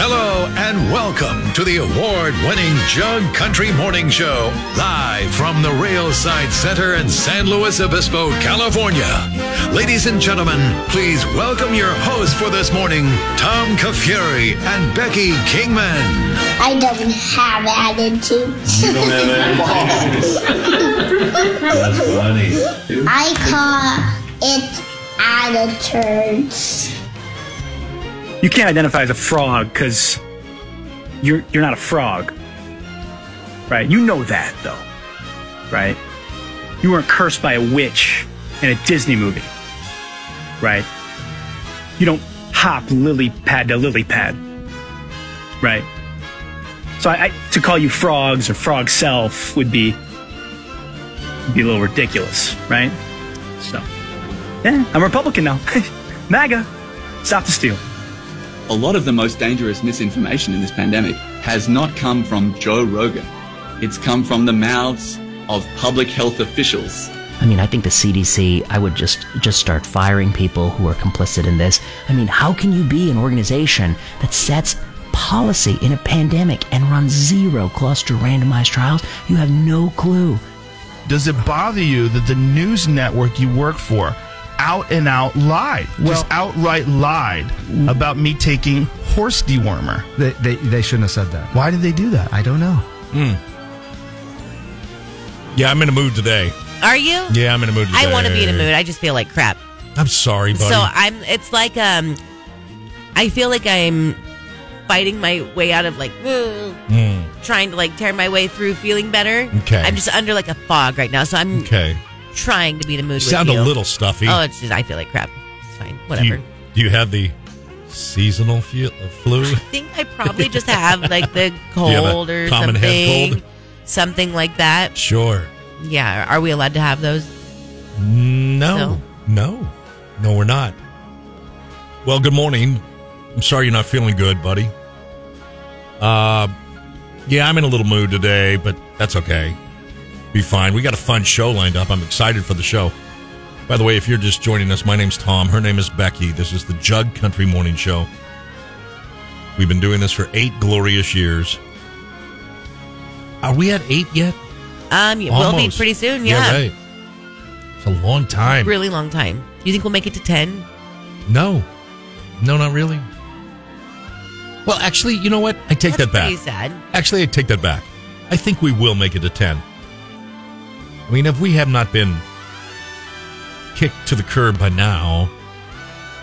Hello and welcome to the award winning Jug Country Morning Show, live from the Railside Center in San Luis Obispo, California. Ladies and gentlemen, please welcome your hosts for this morning, Tom Kafuri and Becky Kingman. I don't have attitudes. That's funny. I call it attitudes. You can't identify as a frog because you're you're not a frog, right? You know that though, right? You weren't cursed by a witch in a Disney movie, right? You don't hop lily pad to lily pad, right? So I, I to call you frogs or frog self would be would be a little ridiculous, right? So yeah, I'm a Republican now. MAGA, stop the steal. a lot of the most dangerous misinformation in this pandemic has not come from Joe Rogan. It's come from the mouths of public health officials. I mean, I think the CDC, I would just just start firing people who are complicit in this. I mean, how can you be an organization that sets policy in a pandemic and runs zero cluster randomized trials? You have no clue. Does it bother you that the news network you work for out and out lied? just outright lied about me taking horse dewormer. They, they, they shouldn't have said that. Why did they do that? I don't know. Yeah, I'm in a mood today. Are you? Yeah, I'm in a mood today. I want to be in a mood. I just feel like crap. I'm sorry, buddy. So I'm. It's like um, I feel like I'm fighting my way out of like ugh, trying to like tear my way through feeling better. Hmm. Okay. I'm just under like a fog right now, so I'm okay. trying to be in a mood. You with sound you. a little stuffy. Oh, it's just I feel like crap. It's fine. do, Whatever. you, do you have the seasonal fu- uh, flu? I think I probably just have like the you have a cold or common something. head cold? Something like that. sure. Yeah. Are we allowed to have those? No. No. No, we're not. Well, good morning. I'm sorry you're not feeling good, buddy. Uh, yeah, I'm in a little mood today, but that's okay. Be fine. We got a fun show lined up. I'm excited for the show. By the way, if you're just joining us, my name's Tom. Her name is Becky. This is the Jug Country Morning Show. We've been doing this for eight glorious years. Are we at eight yet? Um, we'll be Almost. pretty soon. Yeah. right. It's a long time. Really long time. You think we'll make it to ten? No. No, not really. Well, actually, you know what? I take That's that back. Pretty sad. Actually, I take that back. I think we will make it to 10. I mean, if we have not been kicked to the curb by now,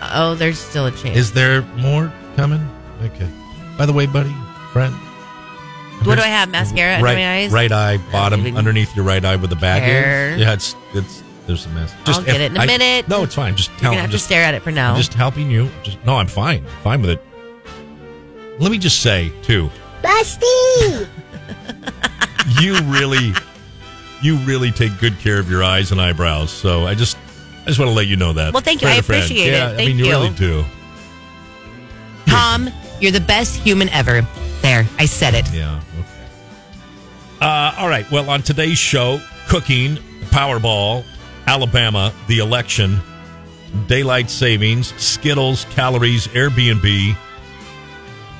Oh, there's still a chance. is there more coming? Okay. By the way, buddy, friend. what do I have? Mascara under right, my eyes? Right eye, bottom, even underneath your right eye with the bag. care. is? Yeah, it's, it's, there's a mess. I'll get it in a I- minute. No, it's fine. Just You're tell gonna have just, to stare at it for now. I'm just helping you. Just no, I'm fine. I'm fine with it. Let me just say too, Busty! you really, you really take good care of your eyes and eyebrows. So I just, I just want to let you know that. Well, thank you. Friend I to friend. appreciate it. Yeah, I Thank mean, you you. really do. Tom, you're the best human ever. There, I said it. Yeah. Okay. Uh, all right. Well, on today's show, cooking, the Powerball, Alabama, the election, daylight savings, Skittles, calories, Airbnb,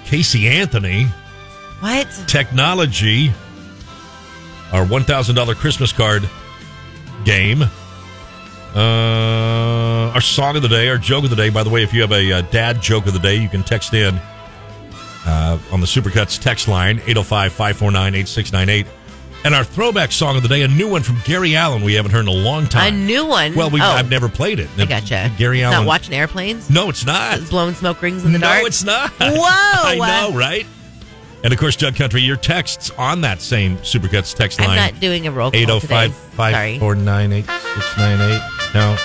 Casey Anthony. What? technology, our one thousand dollar Christmas card game, uh, our song of the day, our joke of the day. By the way, if you have a uh, dad joke of the day, you can text in uh, on the Supercuts text line 805-549-8698. and our throwback song of the day, a new one from Gary Allen we haven't heard in a long A time. new one? Well, we Oh. I've never played it. I gotcha. Gary It's Allen. Not watching airplanes. No, it's not. It's blowing smoke rings in the dark. No, it's not. Whoa. uh, I know, right? And of course, Jug Country, your texts on that same Supercuts text I'm line. not doing a roll call today. Sorry. 805-549-8698. No.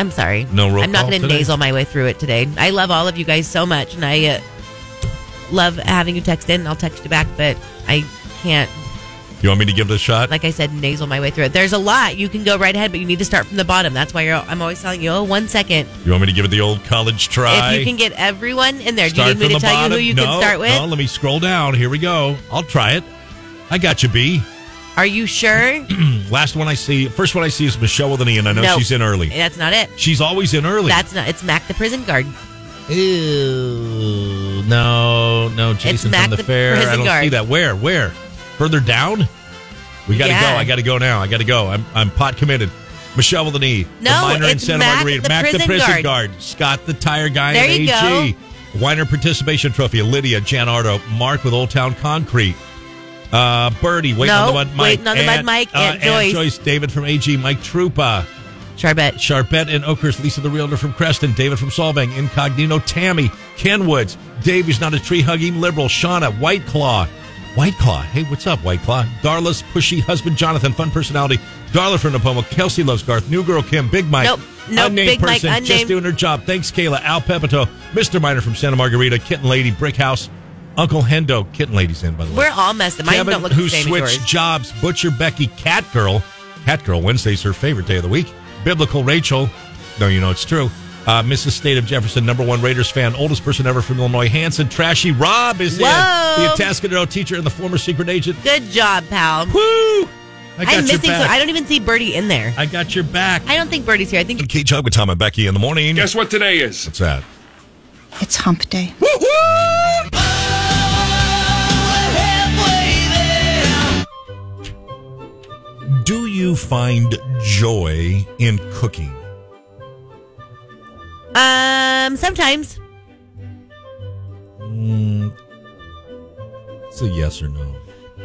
I'm sorry. No roll I'm not call going to today? nasal my way through it today. I love all of you guys so much, and I uh, love having you text in. I'll text you back, but I can't You want me to give it a shot? Like I said, nasal my way through it. There's a lot. You can go right ahead, but you need to start from the bottom. That's why you're, I'm always telling you, oh, one second. You want me to give it the old college try? If you can get everyone in there, start do you need me from the to tell bottom. you who you no, can start with? No, let me scroll down. Here we go. I'll try it. I got you, B. Are you sure? Last one I see, first one I see is Michelle with an E, and I know No. she's in early. That's not it. She's always in early. That's not. It's Mac the prison guard. Ooh, no, no, Jason Mac from the, the fair. I prison don't see guard. that. Where? Where? Further down? We got to Yeah. go. I got to go now. I got to go. I'm I'm pot committed. Michelle with an E. No, the minor in it's Santa Mac Margarita. the Mac the prison prison guard. guard. Scott the tire guy. There and you AG. Weiner participation trophy. Lydia, Jan Ardo, Mark with Old Town Concrete. Uh, Birdie, waiting on No, the mud, Mike. Waiting on the Mud, Aunt- Mike, uh, Aunt Joyce. David from AG, Mike Trupa, Charbet, Charbet and Oakhurst, Lisa the Realtor from Creston, David from Solvang, Incognito, Tammy, Kenwoods, Davey's not a tree hugging liberal, Shauna, White Claw, White Claw, hey, what's up, White Claw? Darla's pushy husband, Jonathan, fun personality, Darla from Napomo, Kelsey loves Garth, New Girl Kim, Big Mike, Nope, nope, unnamed Big Mike, person, just unnamed. doing her job. Thanks, Kayla, Al Pepito, Mr. Miner from Santa Margarita, Kitten Lady, Brick House, Uncle Hendo, Kitten Lady's in, by the way. We're all messed up. Mine Kevin, don't look who the same switched as yours. jobs, Butcher Becky, Cat Girl. Cat Girl Wednesday's her favorite day of the week. Biblical Rachel. No, you know it's true. Uh, Mrs. State of Jefferson, number one Raiders fan, oldest person ever from Illinois, Hanson. Trashy Rob is in. Whoa. The Atascadero teacher and the former secret agent. Good job, pal. Woo! I got am your missing. back. So I don't even see Birdie in there. I got your back. I don't think Birdie's here. I think Kate Chubb with Tom and Becky in the morning. Guess what today is? What's that? It's hump day. Do you find joy in cooking? Um, sometimes Mm, it's a yes or no.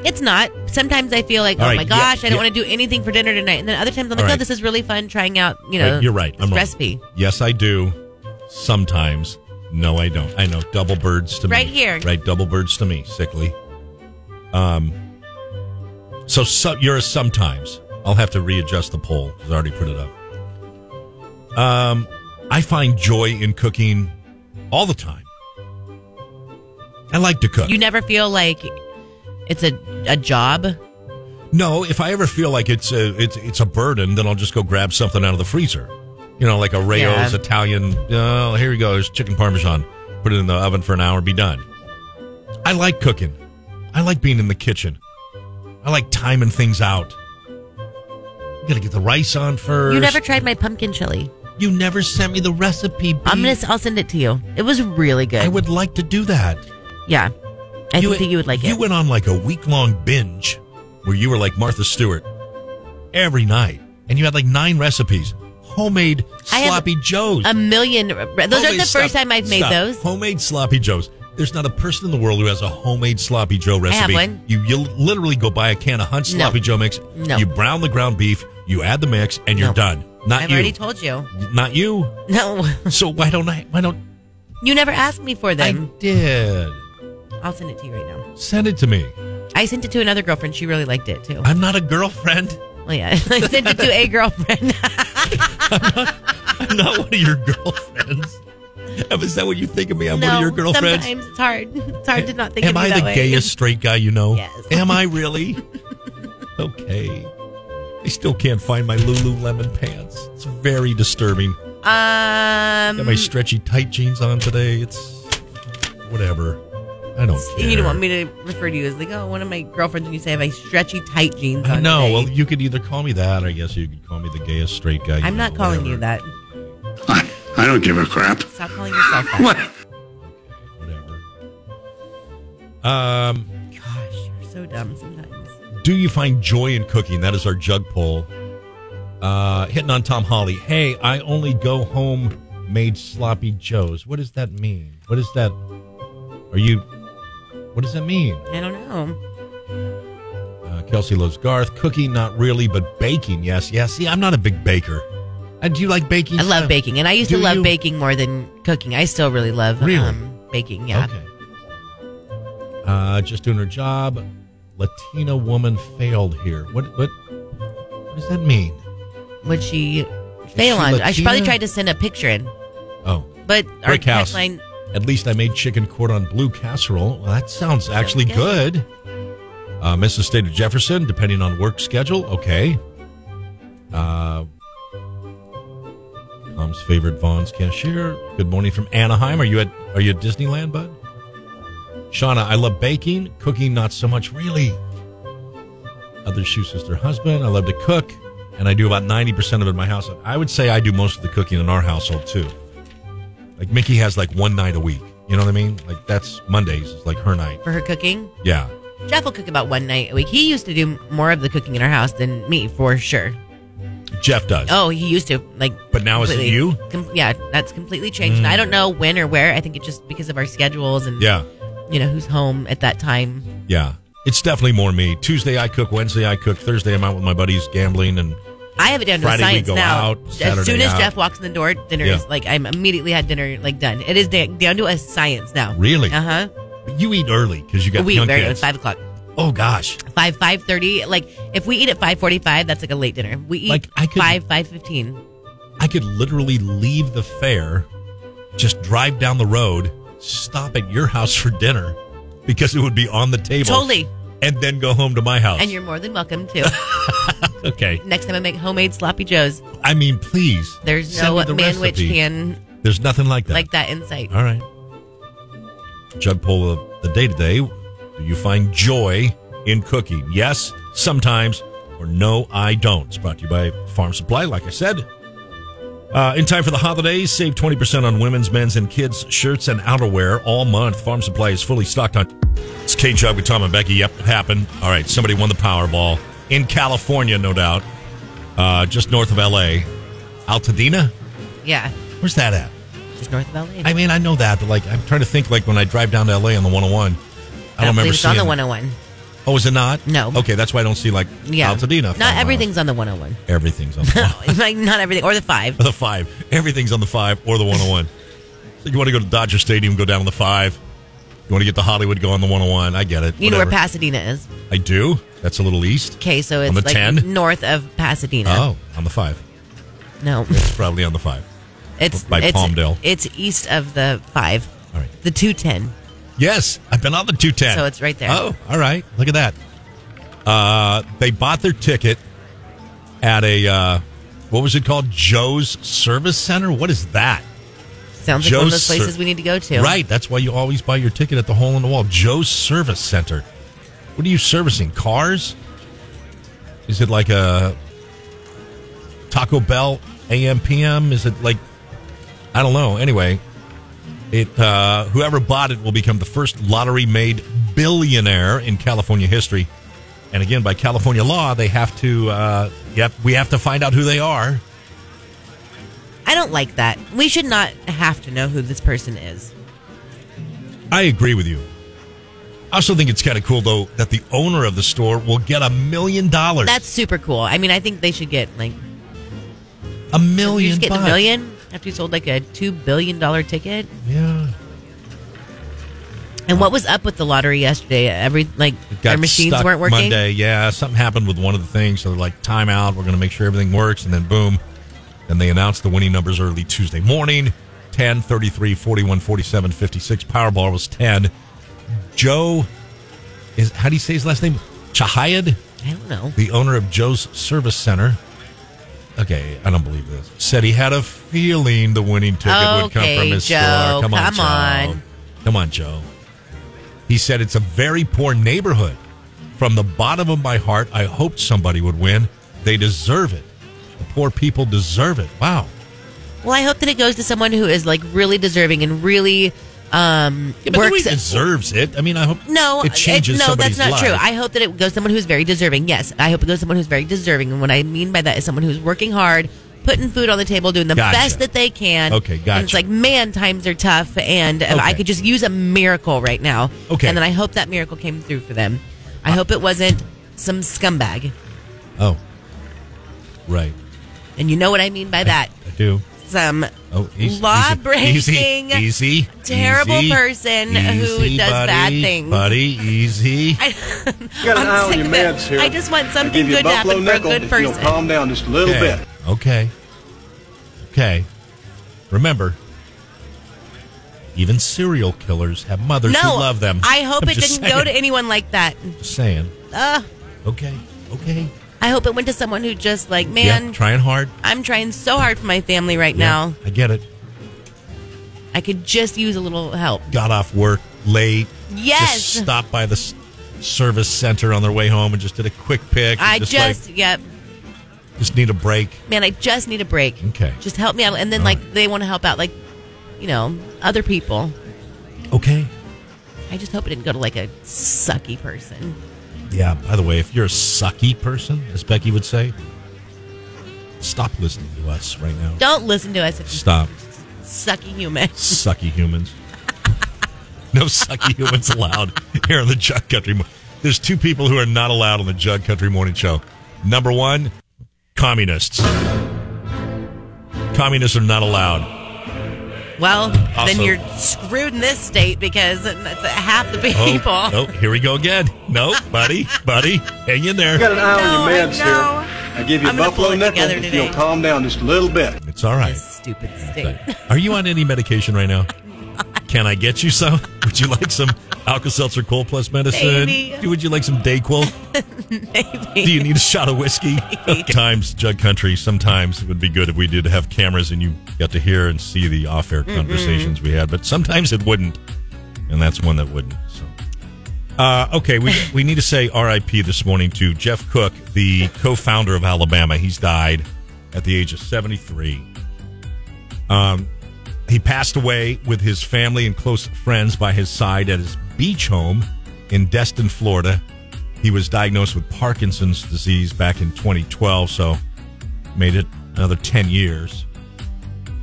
it's not. Sometimes I feel like, All oh right, my gosh, yeah, I don't yeah. want to do anything for dinner tonight. And then other times I'm like, All oh, right. this is really fun trying out. You Right, know, you're right. I'm this wrong. recipe Yes, I do. Sometimes. No, I don't. I know. Double birds to Right me. here. Right. Double birds to me. Sickly. Um. So, so you're a sometimes. I'll have to readjust the poll. 'cause I already put it up. Um, I find joy in cooking all the time. I like to cook. You never feel like it's a a job. No, if I ever feel like it's a it's it's a burden, then I'll just go grab something out of the freezer. You know, like a Rayo's Yeah. Italian. Oh, here we go. There's chicken parmesan. Put it in the oven for an hour. Be done. I like cooking. I like being in the kitchen. I like timing things out. You gotta get the rice on first. You never tried my pumpkin chili. You never sent me the recipe. I'm gonna. s- I'll send it to you. It was really good. I would like to do that. Yeah, I You think went- that you would like You it. went on like a week long binge where you were like Martha Stewart every night, and you had like nine recipes, homemade I have sloppy joes. a million. re- re- Those are Homemade the first stuff- time I've made stop. those. homemade sloppy joes. There's not a person in the world who has a homemade sloppy joe recipe. have one. You you literally go buy a can of Hunt No. sloppy joe mix. No. You brown the ground beef. You add the mix, and you're No. done. Not I've you. already told you. not you. No, So why don't I? Why don't you never asked me for I them. did? I'll send it to you right now. Send it to me. I sent it to another girlfriend. She really liked it too. I'm not a girlfriend. Oh yeah, I sent it to a girlfriend. I'm not one of your girlfriends. Is that what you think of me? I'm one no, of your girlfriends. Sometimes it's hard. It's hard to not think Am of you I that the way. gayest straight guy you know? Yes. Am I really? okay. I still can't find my Lululemon pants. It's very disturbing. Um, Got my stretchy tight jeans on today. It's whatever. I don't care. you don't want me to refer to you as like, oh, one of my girlfriends, and you say I have my stretchy tight jeans I on. know. today. Well, you could either call me that, or I guess you could call me the gayest straight guy. you I'm not know, calling whatever. you that. I don't give a crap. Stop calling yourself that. What? Whatever. Um. Gosh, you're so dumb sometimes. Do you find joy in cooking? That is our jug poll. Uh, hitting on Tom Holly. Hey, I only go home made sloppy joes. What does that mean? What is that? Are you? What does that mean? I don't know. Uh, Kelsey loves Garth. Cooking, not really, but baking. Yes, yes. See, I'm not a big baker. And do you like baking? I love baking, and I used Do to love you? baking more than cooking. I still really love Really? um, baking. Yeah. Okay. Uh, just doing her job. Latina woman failed here. What? What? What does that mean? Would she fail she on? I should probably Latina? try to send a picture in, Oh, but our Brick house. text line. At least I made chicken cordon bleu casserole. Well, that sounds actually good. good. Uh, Mrs. State of Jefferson, depending on work schedule. Okay. Uh, Tom's favorite Vaughn's cashier. Good morning from Anaheim. Are you at Are you at Disneyland, bud? Shauna, I love baking, cooking, not so much. Really. Other shoe sister husband. I love to cook, and I do about ninety percent of it in my house. I would say I do most of the cooking in our household too. Like Mickey has like one night a week. You know what I mean? Like that's Mondays. It's like her night. for her cooking. Yeah. Jeff will cook about one night a week. He used to do more of the cooking in our house than me, for sure. Jeff does. Oh, he used to like. But now is it completely- you? Com- yeah, that's completely changed. And Mm. I don't know when or where. I think it just because of our schedules and Yeah. you know who's home at that time. Yeah. It's definitely more me. Tuesday I cook, Wednesday I cook, Thursday I'm out with my buddies gambling and I have it down to a Friday we science go now. out, as soon Saturday as out. Jeff walks in the door, dinner Yeah. is like I'm immediately had dinner like done. It is da- down to a science now. Really? Uh huh. you eat early because you got We eat young very early, kids. five o'clock, Oh gosh. five five thirty. Like if we eat at five forty five, that's like a late dinner. We eat Like, I could- five five fifteen. I could literally leave the fair, just drive down the road, stop at your house for dinner because it would be on the table. Totally. And then go home to my house. And you're more than welcome to. okay. Next time I make homemade sloppy joes, I mean, please. there's send no me the man witch recipe. can There's nothing like that. like that insight. All right. Jug poll of the day today. Do you find joy in cooking? Yes, sometimes, or no, I don't. It's brought to you by Farm Supply, like I said. Uh, in time for the holidays, save 20% on women's, men's, and kids' shirts and outerwear all month. Farm Supply is fully stocked on. It's K Jug with Tom and Becky. Yep, it happened. All right, somebody won the Powerball in California, no doubt. Uh, just north of LA. Altadena? Yeah, Where's that at? just north of LA. I mean, I know that, but like, I'm trying to think. Like when I drive down to LA on the 101, I, I don't remember believe it's on seeing. the 101. Oh, is it not? No. Okay, that's why I don't see like Yeah, Altadena. Not everything's on the 101. Everything's on the, oh like not everything or the five. the five. Everything's on the five or the 101. so you want to go to Dodger Stadium, go down on the five. You want to get to Hollywood, go on the 101. I get it. You know where Whatever. Pasadena is. I do. That's a little east. Okay, so it's On the like 10? north of Pasadena. Oh, on the five. No. It's probably on the five. It's by it's, Palmdale. It's east of the five. All right. The two ten. Yes, I've been on the 210. So it's right there. Oh, all right. Look at that. Uh, they bought their ticket at a, uh, what was it called? Joe's Service Center? What is that? Sounds like one of those places we need to go to. Right. That's why you always buy your ticket at the hole in the wall. Joe's Service Center. What are you servicing? Cars? Is it like a Taco Bell AM PM? Is it like I don't know. Anyway, it uh, whoever bought it will become the first lottery made billionaire in California history. And again, by California law, they have to. Uh, yep, we have to find out who they are. I don't like that. We should not have to know who this person is. I agree with you. I also think it's kind of cool though that the owner of the store will get a million dollars. That's super cool. I mean, I think they should get like a you million. just get a bucks. million after you sold like a two billion dollar ticket. Yeah. And what was up with the lottery yesterday? Every like their machines stuck weren't working. Monday, yeah, something happened with one of the things. So they're like, time out. We're going to make sure everything works, and then boom, and they announced the winning numbers early Tuesday morning: 10, 33, 41, 47, 56. Powerball was ten. Joe is how do you say his last name? Chahayed, I don't know. the owner of Joe's Service Center. Okay, I don't believe this. Said he had a feeling the winning ticket would come Okay, from his Joe, store. Come on, come on. Joe. Come on, Joe. He said it's a very poor neighborhood. From the bottom of my heart, I hoped somebody would win. They deserve it. The poor people deserve it. Wow. Well, I hope that it goes to someone who is like really deserving and really um Yeah, but works. nobody deserves it. I mean, I hope no, it changes no, somebody's that's not life. true. I hope that it goes to someone who's very deserving. Yes, I hope it goes to someone who's very deserving. And what I mean by that is someone who's working hard, putting food on the table, doing the Gotcha. best that they can. Okay, And it's gotcha. like, man, times are tough, and if I Okay. could just use a miracle right now. Okay. and then I hope that miracle came through for them. I hope it wasn't some scumbag. oh. Right. And you know what I mean by that. I do. Some Oh, easy, Law-breaking, easy, easy, easy, terrible easy, person who easy, does buddy, bad things. Buddy, easy. I, You got an I'm eye on sick your of it. meds here. I just want I'll something give you good to a buffalo happen for a nickel good if you'll person. calm down just a little okay. bit. Okay. Okay. Remember, Even serial killers have mothers no, who love them. I hope I'm it just didn't go saying. to anyone like that. Just saying. Uh, Okay. Okay. I hope it went to someone who just like, Yeah, man, trying hard. I'm trying so hard for my family right Yeah, now. I get it. I could just use a little help. Got off work late. Yes. Just stopped by the s- service center on their way home and just did a quick pick. and I just, like, yep. just need a break. man, I just need a break. Okay. Just help me out. And then, like, they want to help out, like, you know, other people. Okay. I just hope it didn't go to, like, a sucky person. Yeah. By the way, if you're a sucky person, as Becky would say, stop listening to us right now. Don't listen to us if you Stop. sucky human. Sucky humans. no sucky humans allowed here on the Jug Country. Mo- There's two people who are not allowed on the Jug Country Morning Show. Number one, communists. Communists are not allowed. Well, Also- then you're screwed in this state because that's half the people. Oh, no, here we go again. No, buddy, buddy, hang in there. got an eye on your No, meds I know. here. I give you I'm gonna pull buffalo it nickel together if today. you'll calm down just a little bit. It's all right. Stupid state. Are you on any medication right now? Can I get you some? Would you like some Alka Seltzer Cold Plus medicine? Maybe. Would you like some Dayquil? Maybe. Do you need a shot of whiskey? Times, Jug Country, sometimes it would be good if we did have cameras and you got to hear and see the off air conversations we had, but sometimes it wouldn't. And that's one that wouldn't. So. Uh, okay, we, we need to say RIP this morning to Jeff Cook, the co founder of Alabama. He's died at the age of 73. Um, he passed away with his family and close friends by his side at his beach home in Destin, Florida. He was diagnosed with Parkinson's disease back in 2012, so made it another 10 years.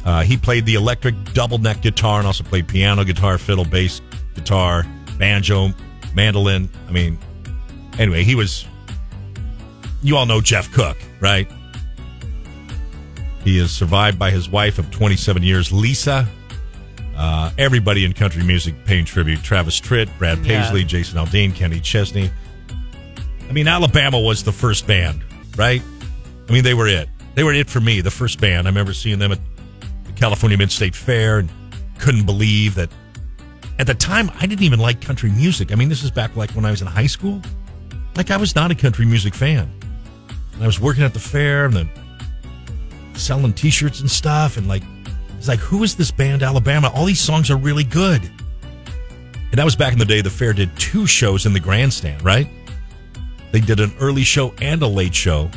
Uh, he played the electric double neck guitar and also played piano, guitar, fiddle, bass, guitar, banjo, mandolin. I mean, anyway, he was. You all know Jeff Cook, right? He is survived by his wife of 27 years, Lisa. Uh, everybody in country music paying tribute Travis Tritt, Brad Yeah. Paisley, Jason Aldean, Kenny Chesney. I mean, Alabama was the first band, right? I mean, they were it. They were it for me, the first band. I remember seeing them at the California Mid State Fair and couldn't believe that. At the time, I didn't even like country music. I mean, this is back like when I was in high school. Like, I was not a country music fan. And I was working at the fair and then selling T-shirts and stuff, and like, it's like, who is this band, Alabama? All these songs are really good. And that was back in the day. The fair did two shows in the grandstand, right? They did an early show and a late show,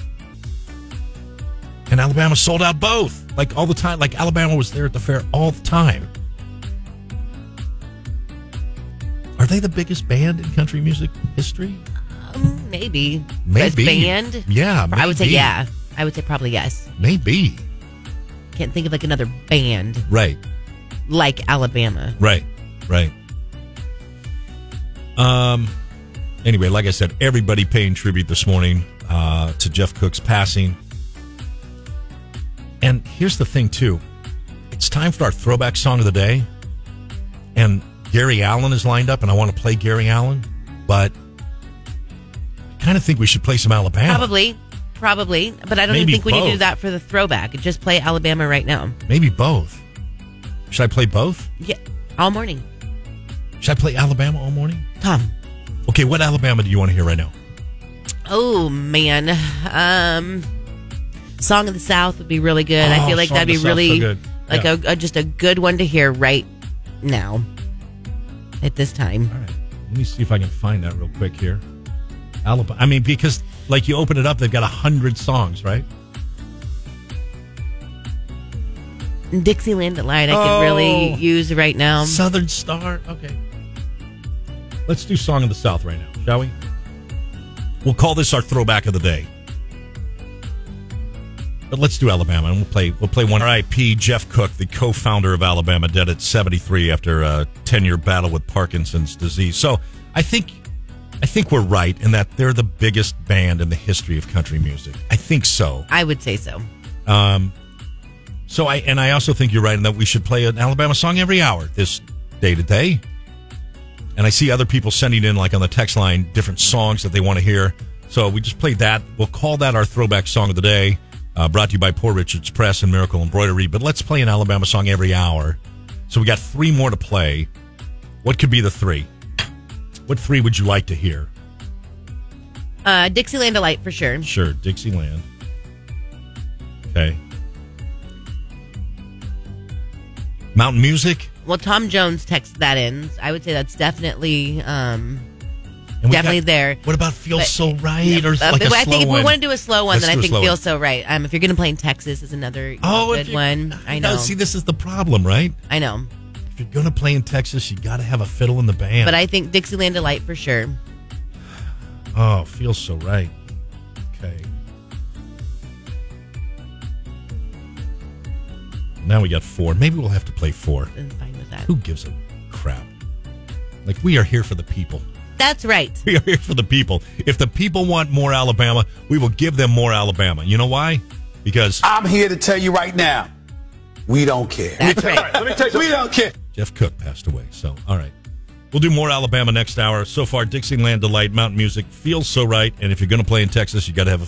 and Alabama sold out both, like all the time. Like Alabama was there at the fair all the time. Are they the biggest band in country music history? Um, maybe. Maybe. Best band? Yeah, I would say maybe. yeah. I would say probably yes. Maybe. Can't think of, like, another band Right. like Alabama. Right. Right. Um anyway, like I said, everybody paying tribute this morning uh to Jeff Cook's passing. And here's the thing too. It's time for our throwback song of the day. And Gary Allen is lined up and I want to play Gary Allen, but I kind of think we should play some Alabama. Probably. Probably. But I don't Maybe even think we need to do both. that for the throwback. Just play Alabama right now. Maybe both. Should I play both? Yeah. All morning. Should I play Alabama all morning? Tom. Okay, what Alabama do you want to hear right now? Oh man, um, "Song of the South" would be really good. Oh, I feel like Song of that'd be the South's really so good. like Yeah. a, a- just a good one to hear right now at this time. All right, let me see if I can find that real quick here. Alabama. I mean, because like you open it up, they've got a hundred songs, right? Dixieland Delight, I Oh. could really use right now. Southern Star, okay. Let's do "Song of the South" right now, shall we? We'll call this our throwback of the day. But let's do Alabama, and we'll play. We'll play one. R.I.P. Jeff Cook, the co-founder of Alabama, dead at 73 after a 10-year battle with Parkinson's disease. So I think, I think we're right in that they're the biggest band in the history of country music. I think so. I would say so. Um, so I and I also think you're right in that we should play an Alabama song every hour this day to day. And I see other people sending in like on the text line different songs that they want to hear. So we just played that. We'll call that our throwback song of the day. Uh, brought to you by Poor Richard's Press and Miracle Embroidery. But let's play an Alabama song every hour So we got three more to play. What could be the three? What three would you like to hear? Uh, Dixieland Delight for sure. Sure, Dixieland. Okay. Mountain Music. Well, Tom Jones texted that in. I would say that's definitely, um, And we definitely got- there. What about Feel But- So Right Yeah, or uh, like a but I slow think if one? we want to do a slow one, Let's then I do a think slow Feel one. So Right. Um, if you're going to play in Texas, is another you know, Oh, if good you- one. I know. No, see, this is the problem, right? I know. If you're gonna play in Texas, you gotta have a fiddle in the band. But I think Dixieland Delight for sure. oh, feels so right. Okay. Now we got four. Maybe we'll have to play four. I'm fine with that. Who gives a crap? Like we are here for the people. That's right. We are here for the people. If the people want more Alabama, we will give them more Alabama. You know why? Because I'm here to tell you right now, we don't care. That's right. Let me tell you, we don't care. Jeff Cook passed away. So, all right. We'll do more Alabama next hour. So far, Dixieland Delight, Mountain Music, feels so right. And if you're going to play in Texas, you got to have a